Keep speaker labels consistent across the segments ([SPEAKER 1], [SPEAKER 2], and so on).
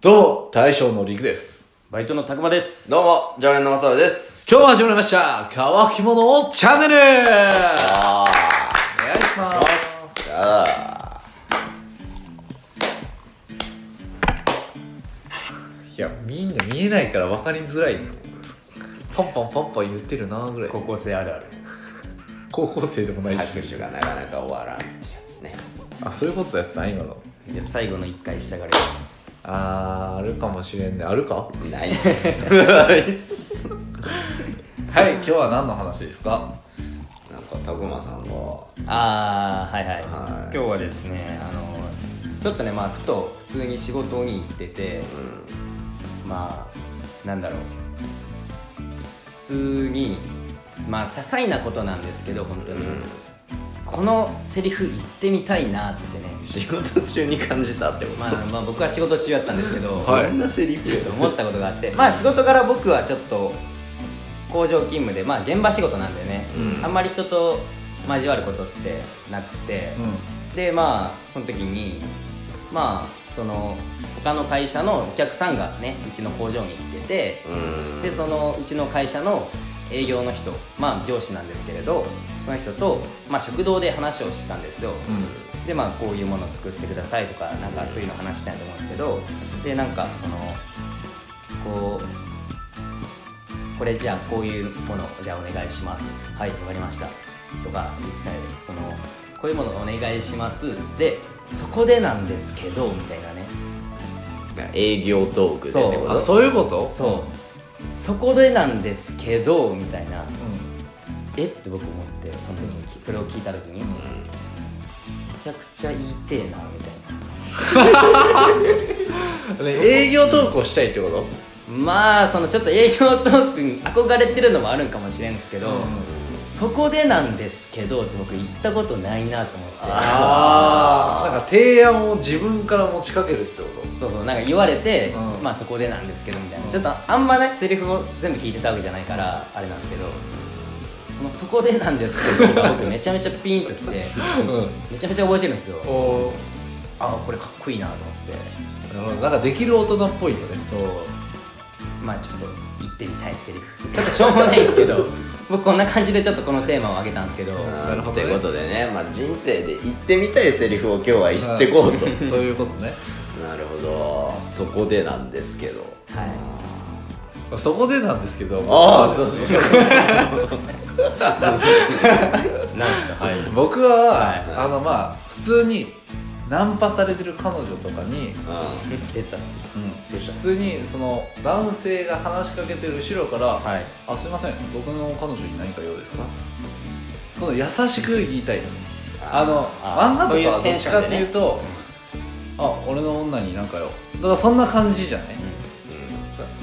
[SPEAKER 1] どうも、大将のりくです。
[SPEAKER 2] バイトのたくまです。
[SPEAKER 3] どうも、常連のまさるです。
[SPEAKER 1] 今日も始まりました、乾き物チャンネルお願
[SPEAKER 3] あ
[SPEAKER 1] いします。いや、みんな見えないから分かりづらいよパンパンパンパン言ってるなぐらい。
[SPEAKER 2] 高校生あるある。
[SPEAKER 1] 高校生でもない
[SPEAKER 3] あ、
[SPEAKER 1] し。
[SPEAKER 3] 拍手がなかなか終わらんってやつね。
[SPEAKER 1] あ、そういうことやったな、今の。
[SPEAKER 2] いや、最後の一回したがります。
[SPEAKER 1] あー、あるかもしれんね。あるか
[SPEAKER 3] ナイス。
[SPEAKER 1] はい、今日は何の話ですか
[SPEAKER 3] なんか、たくまさんが、
[SPEAKER 2] あー、はいはい。
[SPEAKER 3] はい
[SPEAKER 2] 今日はですね、あの、ちょっとね、まあ、ふと普通に仕事に行ってて、
[SPEAKER 3] うん、
[SPEAKER 2] まあ、なんだろう。普通に、まあ、些細なことなんですけど、本当に。このセリフ言ってみたいなってね。
[SPEAKER 3] 仕事中に感じたってこと、
[SPEAKER 2] まあ、まあ、僕は仕事中やったんですけ ど、
[SPEAKER 1] はい
[SPEAKER 3] どんなセリフ
[SPEAKER 2] ちょっと思ったことがあってまあ仕事から僕はちょっと工場勤務でまあ現場仕事なんでね、
[SPEAKER 3] うん
[SPEAKER 2] あんまり人と交わることってなくて、
[SPEAKER 1] う
[SPEAKER 2] でまあその時にまあその他の会社のお客さんがねうちの工場に来てて、
[SPEAKER 3] うん。
[SPEAKER 2] でそのうちの会社の営業の人まあ上司なんですけれどその人と、まあ、食堂で話をしてたんですよ、
[SPEAKER 1] ん。うん。
[SPEAKER 2] でまあこういうものを作ってくださいとかなんかそういうの話したいと思うんですけどでなんかそのこうこれじゃあこういうものじゃあお願いしますはいわかりましたとか言ってたりそのこういうものお願いしますでそこでなんですけどみたいなね
[SPEAKER 3] 営業トークでって
[SPEAKER 2] そう
[SPEAKER 3] こ
[SPEAKER 1] あ、
[SPEAKER 3] と
[SPEAKER 1] そういうこと
[SPEAKER 2] そうそこでなんですけどみたいな
[SPEAKER 1] う
[SPEAKER 2] えって僕思ってその時にそれを聞いた時に
[SPEAKER 1] ん。う
[SPEAKER 2] め
[SPEAKER 1] ん。
[SPEAKER 2] ちゃくちゃ言いてえなみたいな
[SPEAKER 1] ね営業投稿したいってこと
[SPEAKER 2] まあそのちょっと営業トークに憧れてるのもあるんかもしれんですけど、そこでなんですけどって僕言ったことないなと思って
[SPEAKER 1] ああなんか提案を自分から持ちかけるってこ
[SPEAKER 2] そうそうなんか言われて、
[SPEAKER 1] うん
[SPEAKER 2] まあそこでなんですけどみたいな、
[SPEAKER 1] うん
[SPEAKER 2] ちょっとあんまねセリフを全部聞いてたわけじゃないからあれなんですけどそのそこでなんですけどが僕めちゃめちゃピンときて
[SPEAKER 1] とうん
[SPEAKER 2] めちゃめちゃ覚えてるんですよ
[SPEAKER 1] おー
[SPEAKER 2] ああこれかっこいいなと思って
[SPEAKER 1] なるほどなんかできる大人っぽいよね
[SPEAKER 2] そうまあちょっと言ってみたいセリフちょっとしょうもないんですけ ど僕こんな感じでちょっとこのテーマを挙げたんですけど、
[SPEAKER 3] うん
[SPEAKER 1] なるほどね
[SPEAKER 3] ってことでね、まあ、人生で言ってみたいセリフを今日は言ってこうと。
[SPEAKER 1] そういうことね
[SPEAKER 3] なるほど。そこでなんですけど。
[SPEAKER 2] はい
[SPEAKER 1] そこでなんですけど
[SPEAKER 3] ああ、 どうぞ。
[SPEAKER 2] なんかはい
[SPEAKER 1] 僕は、
[SPEAKER 2] はい
[SPEAKER 1] あのまあ普通にナンパされてる彼女とかに、
[SPEAKER 3] う
[SPEAKER 2] 出た
[SPEAKER 1] 普通にその男性が話しかけてる後ろから「
[SPEAKER 2] はい
[SPEAKER 1] あすいません僕の彼女に何か用ですか?」その優しく言いたいあの
[SPEAKER 2] あ
[SPEAKER 1] 漫画と
[SPEAKER 2] そうい
[SPEAKER 1] かは
[SPEAKER 2] う
[SPEAKER 1] ど
[SPEAKER 2] テ
[SPEAKER 1] っ
[SPEAKER 2] ンシ
[SPEAKER 1] ち
[SPEAKER 2] ョ
[SPEAKER 1] かっ
[SPEAKER 2] ンで
[SPEAKER 1] て
[SPEAKER 2] ね
[SPEAKER 1] いうと「あ俺の女に何かよ」だからそんな感じじゃない、
[SPEAKER 3] ん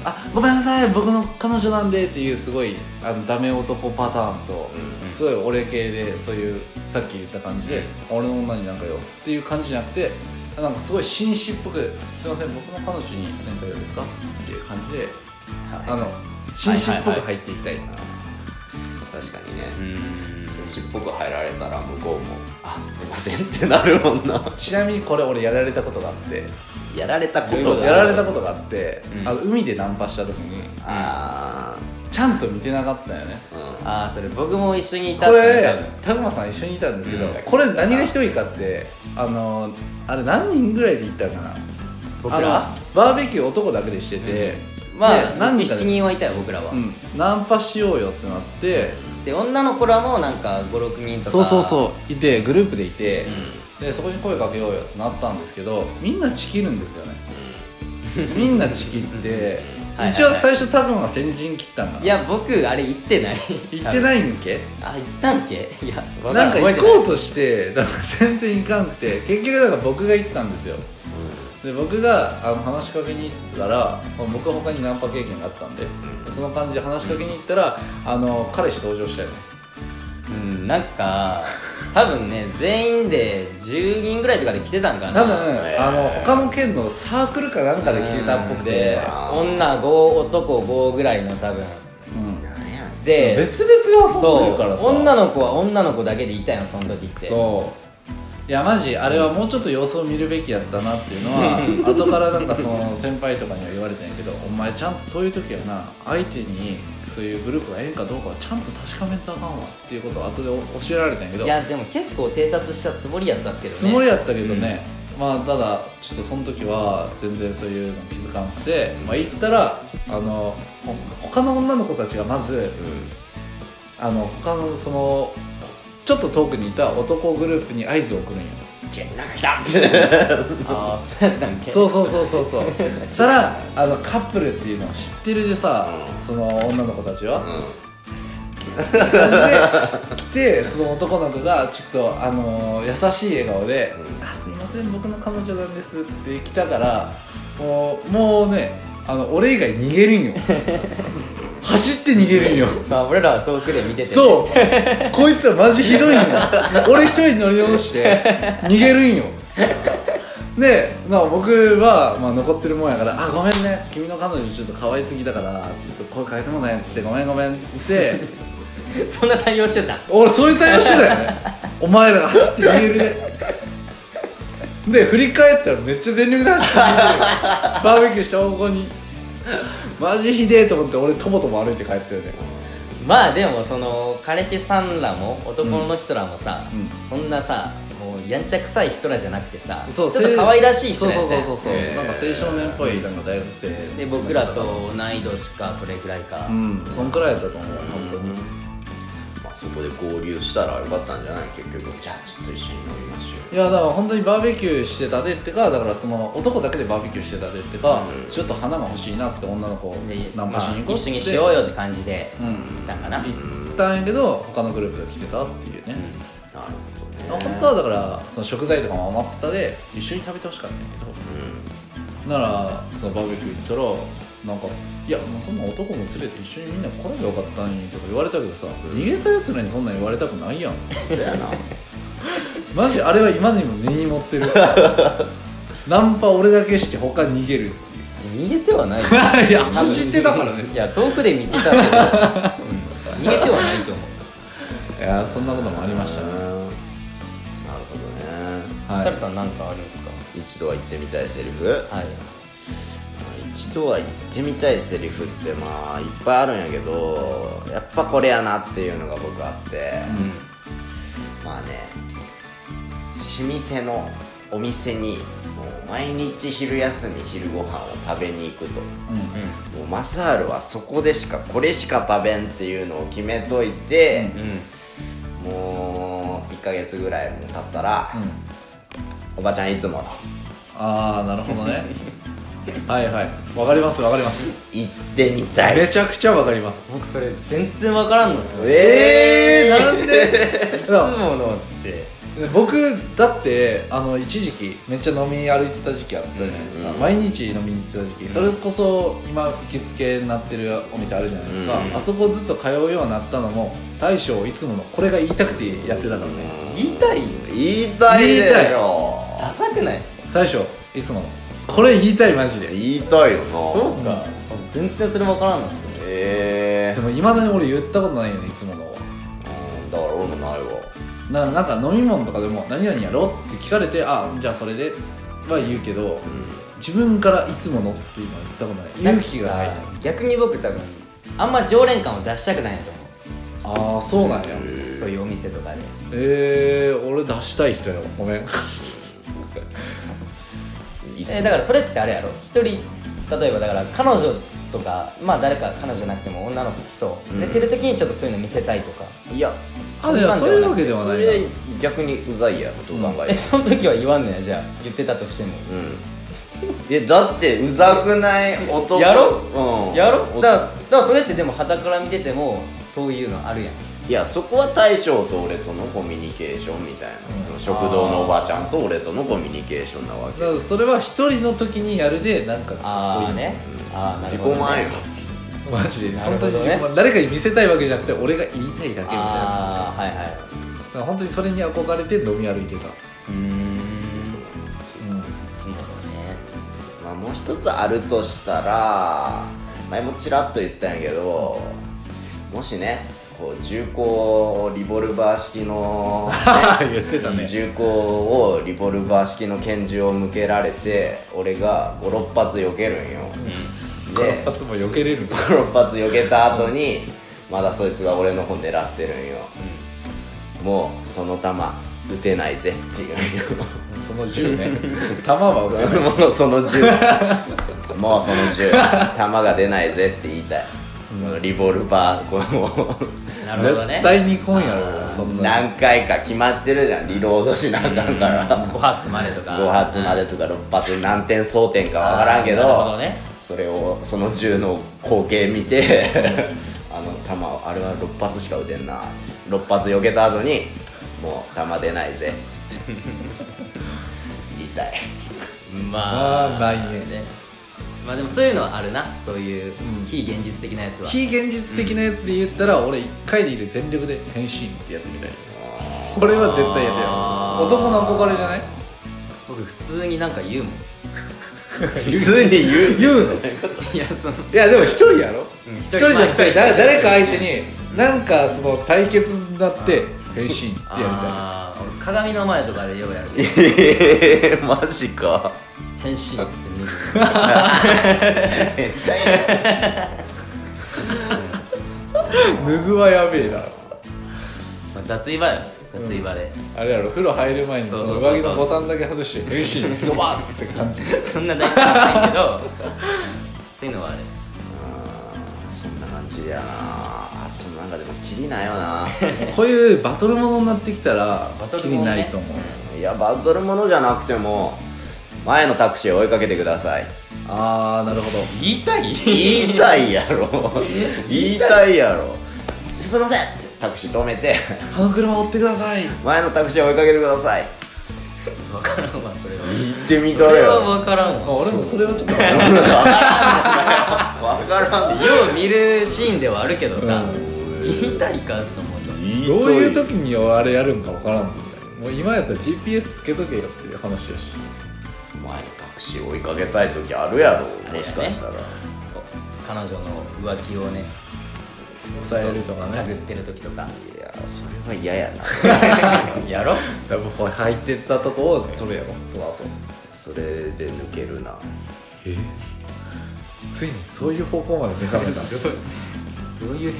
[SPEAKER 1] あごめんなさい僕の彼女なんでっていうすごいあのダメ男パターンと、
[SPEAKER 3] うん
[SPEAKER 1] すごい俺系でそういうさっき言った感じで、俺の女になんかよっていう感じじゃなくてなんかすごい紳士っぽく「すいません僕の彼女に何かよですか?」っていう感じであの紳士っぽく入っていきたい、
[SPEAKER 3] 確かにね、
[SPEAKER 2] うーん
[SPEAKER 3] 紳士っぽく入られたら向こうも「あすいません」ってなるもんな
[SPEAKER 1] ちなみにこれ俺やられたことがあって
[SPEAKER 3] やられたこ
[SPEAKER 2] どういう
[SPEAKER 3] と
[SPEAKER 2] こと
[SPEAKER 3] が
[SPEAKER 1] やられたことがあって、
[SPEAKER 2] うん
[SPEAKER 1] あの海でナンパした時に
[SPEAKER 3] あ
[SPEAKER 1] ちゃんと見てなかったよね
[SPEAKER 3] ーうん
[SPEAKER 2] ああそれ僕も一緒にいた
[SPEAKER 1] こ
[SPEAKER 2] っす
[SPEAKER 1] れ
[SPEAKER 2] ね
[SPEAKER 1] たくまさん一緒にいたんですけど、
[SPEAKER 2] うん
[SPEAKER 1] これ何がひどいかってあのあれ何人ぐらいで行ったかな
[SPEAKER 2] 多分僕ら
[SPEAKER 1] あのバーベキュー男だけでしてて、
[SPEAKER 2] まあ
[SPEAKER 1] で
[SPEAKER 2] 何
[SPEAKER 1] 何
[SPEAKER 2] 人
[SPEAKER 1] 人か
[SPEAKER 2] 7
[SPEAKER 1] で、
[SPEAKER 2] 人はいたよ僕らは、
[SPEAKER 1] うん、ナンパしようよってなって
[SPEAKER 2] で女の子らもなんか56人とか
[SPEAKER 1] そうそうそういてグループでいて、
[SPEAKER 3] うん
[SPEAKER 1] でそこに声かけようよってなったんですけどみんなチキるんですよねみんなチキって
[SPEAKER 2] はいはいはい
[SPEAKER 1] 一応最初たくまが先陣切ったんだ
[SPEAKER 2] いや僕あれ行ってない
[SPEAKER 1] 行ってないんけ
[SPEAKER 2] あ行ったんけいやわ
[SPEAKER 1] なんか
[SPEAKER 2] 覚
[SPEAKER 1] 行
[SPEAKER 2] えてない
[SPEAKER 1] こうとしてなんか全然行かんくて結局なんか僕が行ったんですよで僕があの話しかけに行ったらまあ僕は他にナンパ経験があったんで、
[SPEAKER 3] うん
[SPEAKER 1] その感じで話しかけに行ったらあの彼氏登場したよね
[SPEAKER 2] うんなんか多分ね全員で10人ぐらいとかで来てたんかな
[SPEAKER 1] 多分、
[SPEAKER 3] えー
[SPEAKER 1] あの他の県のサークルかなんかで聞いたっぽくて
[SPEAKER 2] で女5男5ぐらいの多分
[SPEAKER 1] うん
[SPEAKER 3] なんやね
[SPEAKER 2] で
[SPEAKER 1] 別々で遊んでるからさ
[SPEAKER 2] そう女の子は女の子だけでいたやんその時って
[SPEAKER 1] そいやマジあれはもうちょっと様子を見るべきやったなっていうのは 後からなんかその先輩とかには言われたんやけどお前ちゃんとそういう時はな相手にそういうグループがええかどうかはちゃんと確かめんとあかんわっていうことを後で教えられたんやけど
[SPEAKER 2] いやでも結構偵察したつもりやったんですけどね
[SPEAKER 1] つもりやったけどね、まあただちょっとその時は全然そういうの気づかなくて、まあ、行ったらあのほ他の女の子たちがまずあの他のそのちょっと遠くにいた男グループに合図を送るんよ
[SPEAKER 3] チェンなんか来たって
[SPEAKER 2] ああそうやったんけ
[SPEAKER 1] そうそうそうそう そうそしたらあのカップルっていうのを知ってるでさ、
[SPEAKER 3] うん
[SPEAKER 1] その女の子たちは、
[SPEAKER 3] うん
[SPEAKER 1] で来てその男の子がちょっと、あのー優しい笑顔で「
[SPEAKER 3] うん
[SPEAKER 1] あすいません僕の彼女なんです」って来たからもうもうねあの俺以外逃げる んよ走って逃げるんよ
[SPEAKER 2] まあ俺らは遠くで見ててね、
[SPEAKER 1] そうこいつらマジひどいんよ俺一人乗り直して逃げるんよで、まあ、僕は、まあ、残ってるもんやから「あごめんね君の彼女ちょっと可愛すぎだからちょっと声変えてもね」って「ごめんごめん」って言って
[SPEAKER 2] そんな対応してた
[SPEAKER 1] 俺そういう対応してたよねお前らが走って逃げるねで振り返ったらめっちゃ全力で走って逃げるよバーベキューした方向にマジひでえと思って俺とぼとぼ歩いて帰ったよね
[SPEAKER 2] まあでもその彼氏さんらも男の人らもさ、
[SPEAKER 1] うん
[SPEAKER 2] そんなさもうやんちゃくさい人らじゃなくてさ
[SPEAKER 1] そう
[SPEAKER 2] ちょっと可愛らしい人
[SPEAKER 1] そう
[SPEAKER 2] らや
[SPEAKER 1] そ
[SPEAKER 2] っ
[SPEAKER 1] う
[SPEAKER 2] た
[SPEAKER 1] そうそうそ
[SPEAKER 2] よ
[SPEAKER 1] う、
[SPEAKER 3] えー
[SPEAKER 1] なんか青少年っぽいなんか大学生
[SPEAKER 2] で僕らと同い年かそれぐらいか、
[SPEAKER 1] うんそんくらいだったと思う本当に
[SPEAKER 3] まあそこで合流したらよかったんじゃない結局じゃあちょっと一緒に飲みましょう
[SPEAKER 1] いやだから本当にバーベキューしてたでってかだからその男だけでバーベキューしてたでってか、
[SPEAKER 3] うん
[SPEAKER 1] ちょっと花が欲しいなっつって女の子を
[SPEAKER 2] で
[SPEAKER 1] ナンパしに行こう
[SPEAKER 2] まあ、
[SPEAKER 1] っつ
[SPEAKER 2] 一緒
[SPEAKER 1] って
[SPEAKER 2] にしようよって感じで
[SPEAKER 1] う
[SPEAKER 2] 行
[SPEAKER 1] ん
[SPEAKER 2] ったんかな、
[SPEAKER 1] 行ったんやけど他のグループが来てたっていうね、
[SPEAKER 3] なるほどね
[SPEAKER 1] 本当はだからその食材とかも余ったで一緒に食べてほしかったんやけどならそのバーベキュー行ったらなんか「いやもうそんな男も連れて一緒にみんな来ればよかったんや」とか言われたけどさ、
[SPEAKER 3] うん
[SPEAKER 1] 逃げたやつらにそんなん言われたくないやん
[SPEAKER 3] うんだよな
[SPEAKER 1] マジあれは今にも根に持 ってるナンパ俺だけして他逃げるっ
[SPEAKER 2] 逃げてはな い
[SPEAKER 1] ていういや走ってたからね
[SPEAKER 2] いや遠くで見 てたけど逃げてはないと思
[SPEAKER 1] いやそんな こともありました
[SPEAKER 3] な
[SPEAKER 1] ね、
[SPEAKER 3] るほどね
[SPEAKER 2] う、
[SPEAKER 1] はい
[SPEAKER 2] サルさんなんかあるんですか
[SPEAKER 3] 一度は言ってみたいセリフ
[SPEAKER 2] はい
[SPEAKER 3] 一度は言ってみたいセリフってまあいっぱいあるんやけどやっぱこれやなっていうのが僕あって、
[SPEAKER 1] うん
[SPEAKER 3] まあね老舗のお店にもう毎日昼休み昼ご飯を食べに行くと
[SPEAKER 1] うん
[SPEAKER 3] もうマサールはそこでしかこれしか食べんっていうのを決めといて、
[SPEAKER 2] うんうん
[SPEAKER 3] もう1ヶ月ぐらいも経ったら、
[SPEAKER 1] うん
[SPEAKER 3] おばちゃんいつもの
[SPEAKER 1] ああなるほどね はいはいわかりますわかります
[SPEAKER 3] 行ってみたい
[SPEAKER 1] めちゃくちゃわかります
[SPEAKER 2] 僕それ全然わからんのっすよ
[SPEAKER 3] え
[SPEAKER 1] え
[SPEAKER 3] ー、
[SPEAKER 1] ー、
[SPEAKER 3] な
[SPEAKER 1] なんんで
[SPEAKER 2] いつものって
[SPEAKER 1] 僕だってあの一時期めっちゃ飲み歩いてた時期あったじゃないですか、
[SPEAKER 3] うん
[SPEAKER 1] 毎日飲みに行ってた時期それこそ今行きつけになってるお店あるじゃないですか、
[SPEAKER 3] うん
[SPEAKER 1] あそこずっと通うようになったのも大将いつものこれが言いたくてやってたからね、
[SPEAKER 2] 言いたいよ
[SPEAKER 3] 言いたいでしょ
[SPEAKER 2] ダサくない
[SPEAKER 1] 大将いつものこれ言いたいマジで
[SPEAKER 3] 言いたいよな
[SPEAKER 2] そうか全然それわからんのっすよ
[SPEAKER 3] え
[SPEAKER 1] で
[SPEAKER 3] え
[SPEAKER 1] もいまだに俺言ったことないよねいつものは
[SPEAKER 3] うんだから俺もないわ
[SPEAKER 1] だからなんか飲み物とかでも「何々やろ?」って聞かれて「あじゃあそれで」は言うけど自分からいつものっていうのは言ったことない勇気がない
[SPEAKER 2] んか逆に僕多分あんま常連感を出したくないんだと思
[SPEAKER 1] ああそうなんや
[SPEAKER 2] うそういうお店とかで
[SPEAKER 1] えー、俺出したい人やわごめ ん
[SPEAKER 2] えだからそれってあれやろ一人例えばだから彼女とかまあ誰か彼女じゃなくても女の子人を連れてる時にちょっとそういうの見せたいとか、
[SPEAKER 3] いや
[SPEAKER 1] あいやそういうわけでは
[SPEAKER 3] そ
[SPEAKER 1] な
[SPEAKER 3] れ
[SPEAKER 1] いな
[SPEAKER 3] 逆にうざいやろどう考え
[SPEAKER 2] え
[SPEAKER 3] て
[SPEAKER 2] その時は言わんのやじゃあ言ってたとしても、
[SPEAKER 3] もうんえだってうざくない男
[SPEAKER 2] やろ
[SPEAKER 3] うん
[SPEAKER 2] やろ
[SPEAKER 3] お
[SPEAKER 2] だからだからそれってでも傍から見ててもそういうのあるやん
[SPEAKER 3] いやそこは大将と俺とのコミュニケーションみたいな、その食堂のおばちゃんと俺とのコミュニケーションなわけ
[SPEAKER 1] だからそれは一人の時にやるでなんかかっ
[SPEAKER 2] あ
[SPEAKER 1] こい
[SPEAKER 2] あ
[SPEAKER 1] い
[SPEAKER 2] ねああな
[SPEAKER 3] 自
[SPEAKER 2] る
[SPEAKER 3] 己
[SPEAKER 2] ほど、ね、
[SPEAKER 3] 前よ
[SPEAKER 1] マジで
[SPEAKER 2] なる
[SPEAKER 1] 本
[SPEAKER 2] ほ
[SPEAKER 1] 当
[SPEAKER 2] ど
[SPEAKER 1] に
[SPEAKER 2] ね
[SPEAKER 1] 自分は誰かに見せたいわけじゃなくて俺が言いたいだけみたいな
[SPEAKER 2] ああはいはい
[SPEAKER 1] だから本当にそれに憧れて飲み歩いてた
[SPEAKER 2] うーん
[SPEAKER 3] そ
[SPEAKER 2] そ
[SPEAKER 1] う
[SPEAKER 3] の
[SPEAKER 1] ん
[SPEAKER 2] うだね
[SPEAKER 3] まあ、もう一つあるとしたら前もちらっと言ったんやけどもしねこう銃口リボルバー式 の、
[SPEAKER 1] 言ってたね
[SPEAKER 3] 銃口をリボルバー式の拳銃を向けられて俺が56発避けるんよ
[SPEAKER 1] 一
[SPEAKER 3] で
[SPEAKER 1] 発も避けれるか
[SPEAKER 3] 56発避けた後にまだそいつが俺の方狙ってるんよもうその弾撃てないぜっていうよ
[SPEAKER 1] その銃ね弾 は撃てない
[SPEAKER 3] もうその銃もうその銃弾が出ないぜって言いたい、このリボルバーこの
[SPEAKER 2] なるほどね
[SPEAKER 1] 絶対に来んやろそんな
[SPEAKER 3] 何回か決まってるじゃんリロードしなあかんから
[SPEAKER 2] 5発までとか
[SPEAKER 3] 5発までとか6発何点争点かわからんけど
[SPEAKER 2] なるほどね
[SPEAKER 3] それをその銃の光景見てあの弾をあれは6発しか撃てんな6発避けた後にもう弾出ないぜっつって言いたい
[SPEAKER 2] まあ
[SPEAKER 1] まあないね
[SPEAKER 2] まあでもそういうのはあるなそういう
[SPEAKER 1] うん
[SPEAKER 2] 非現実的なやつは、
[SPEAKER 1] 非現実的なやつで言ったら、俺1回でいいで全力で変身ってやってみたいこれは絶対や
[SPEAKER 2] あー
[SPEAKER 1] だよ男の憧れじゃない
[SPEAKER 2] 僕普通になんか言 うもん
[SPEAKER 3] 普通に言う
[SPEAKER 1] 言うの
[SPEAKER 2] いやその
[SPEAKER 1] いやでも一人やろ
[SPEAKER 2] うん一
[SPEAKER 1] 一人じゃなくて
[SPEAKER 2] まあ一人
[SPEAKER 1] 誰誰か相手になんかその対決になって変身ってやりたい
[SPEAKER 2] あー俺鏡の前とかでようやる
[SPEAKER 3] えー、 マジ か
[SPEAKER 2] 変身っつって 見る
[SPEAKER 3] 絶対
[SPEAKER 1] 脱ぐはやべえな
[SPEAKER 2] まあ脱衣場よ脱衣場で、
[SPEAKER 1] あれやろ風呂入る前にそ
[SPEAKER 2] そう
[SPEAKER 1] の
[SPEAKER 2] そうそうそう
[SPEAKER 1] 上着のボタンだけ外して変身ズバッって感じ
[SPEAKER 2] そんな大事じゃないけどそういうのはある
[SPEAKER 3] そんな感じやなあとなんかでもキリないよ な
[SPEAKER 1] こういうバトルものになってきたら
[SPEAKER 2] バトル
[SPEAKER 1] 気
[SPEAKER 2] もの
[SPEAKER 1] に
[SPEAKER 2] ね
[SPEAKER 1] ないと思う
[SPEAKER 3] いやバトルものじゃなくても前のタクシーを追いかけてください
[SPEAKER 1] ああなるほど
[SPEAKER 2] 言いたい
[SPEAKER 3] 言いたいやろ言いたいやろすいませんってタクシー止めて
[SPEAKER 1] あの車追ってください
[SPEAKER 3] 前のタクシーを追いかけてください
[SPEAKER 2] 分からんわそれは
[SPEAKER 3] 言ってみ
[SPEAKER 2] そ
[SPEAKER 3] たれ
[SPEAKER 2] れは
[SPEAKER 3] よ
[SPEAKER 2] 分からん
[SPEAKER 1] まあ
[SPEAKER 2] わよ
[SPEAKER 1] 俺もそれはち ょっと
[SPEAKER 3] 分からん
[SPEAKER 2] う見るシーンではあるけどさ、言いたいかと思うと
[SPEAKER 3] 言い
[SPEAKER 1] どういう
[SPEAKER 3] たい
[SPEAKER 1] 時にあれやるんかわからんもんねもう今やったら GPS つけとけよっていう話やし
[SPEAKER 3] 前のタクシーを追いかけたい時あるや
[SPEAKER 2] あ
[SPEAKER 3] ろ
[SPEAKER 2] れやね
[SPEAKER 3] もしかしたら
[SPEAKER 2] 彼女の浮気をね
[SPEAKER 1] 抑えるとか
[SPEAKER 2] 探っ
[SPEAKER 1] ね
[SPEAKER 2] てる時 とか
[SPEAKER 3] いやそれは嫌やな
[SPEAKER 2] やろ
[SPEAKER 1] やっぱ入ってったとこを取るやろその後
[SPEAKER 3] それで抜けるな
[SPEAKER 1] えついにそういう方向まで目覚めた
[SPEAKER 2] どういう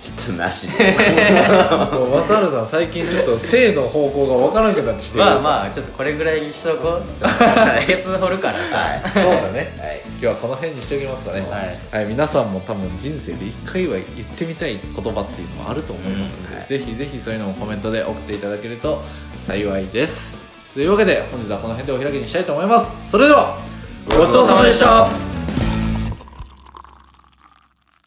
[SPEAKER 3] ちょっとなしで
[SPEAKER 1] もうマサールさん最近ちょっと性の方向がわからなくなってきて
[SPEAKER 2] 壁 まあまあちょっとこれぐらいにしと こうちょっと解決掘るからさ、
[SPEAKER 3] はい
[SPEAKER 1] そうだね
[SPEAKER 3] はい
[SPEAKER 1] 今日はこの辺にしておきますかね、
[SPEAKER 2] はい
[SPEAKER 1] 皆さんも多分人生で一回は言ってみたい言葉っていうのもあると思いますので、
[SPEAKER 3] うんはい
[SPEAKER 1] ぜひぜひそういうのもコメントで送っていただけると幸いですというわけで本日はこの辺でお開きにしたいと思いますそれではごちそうさまでした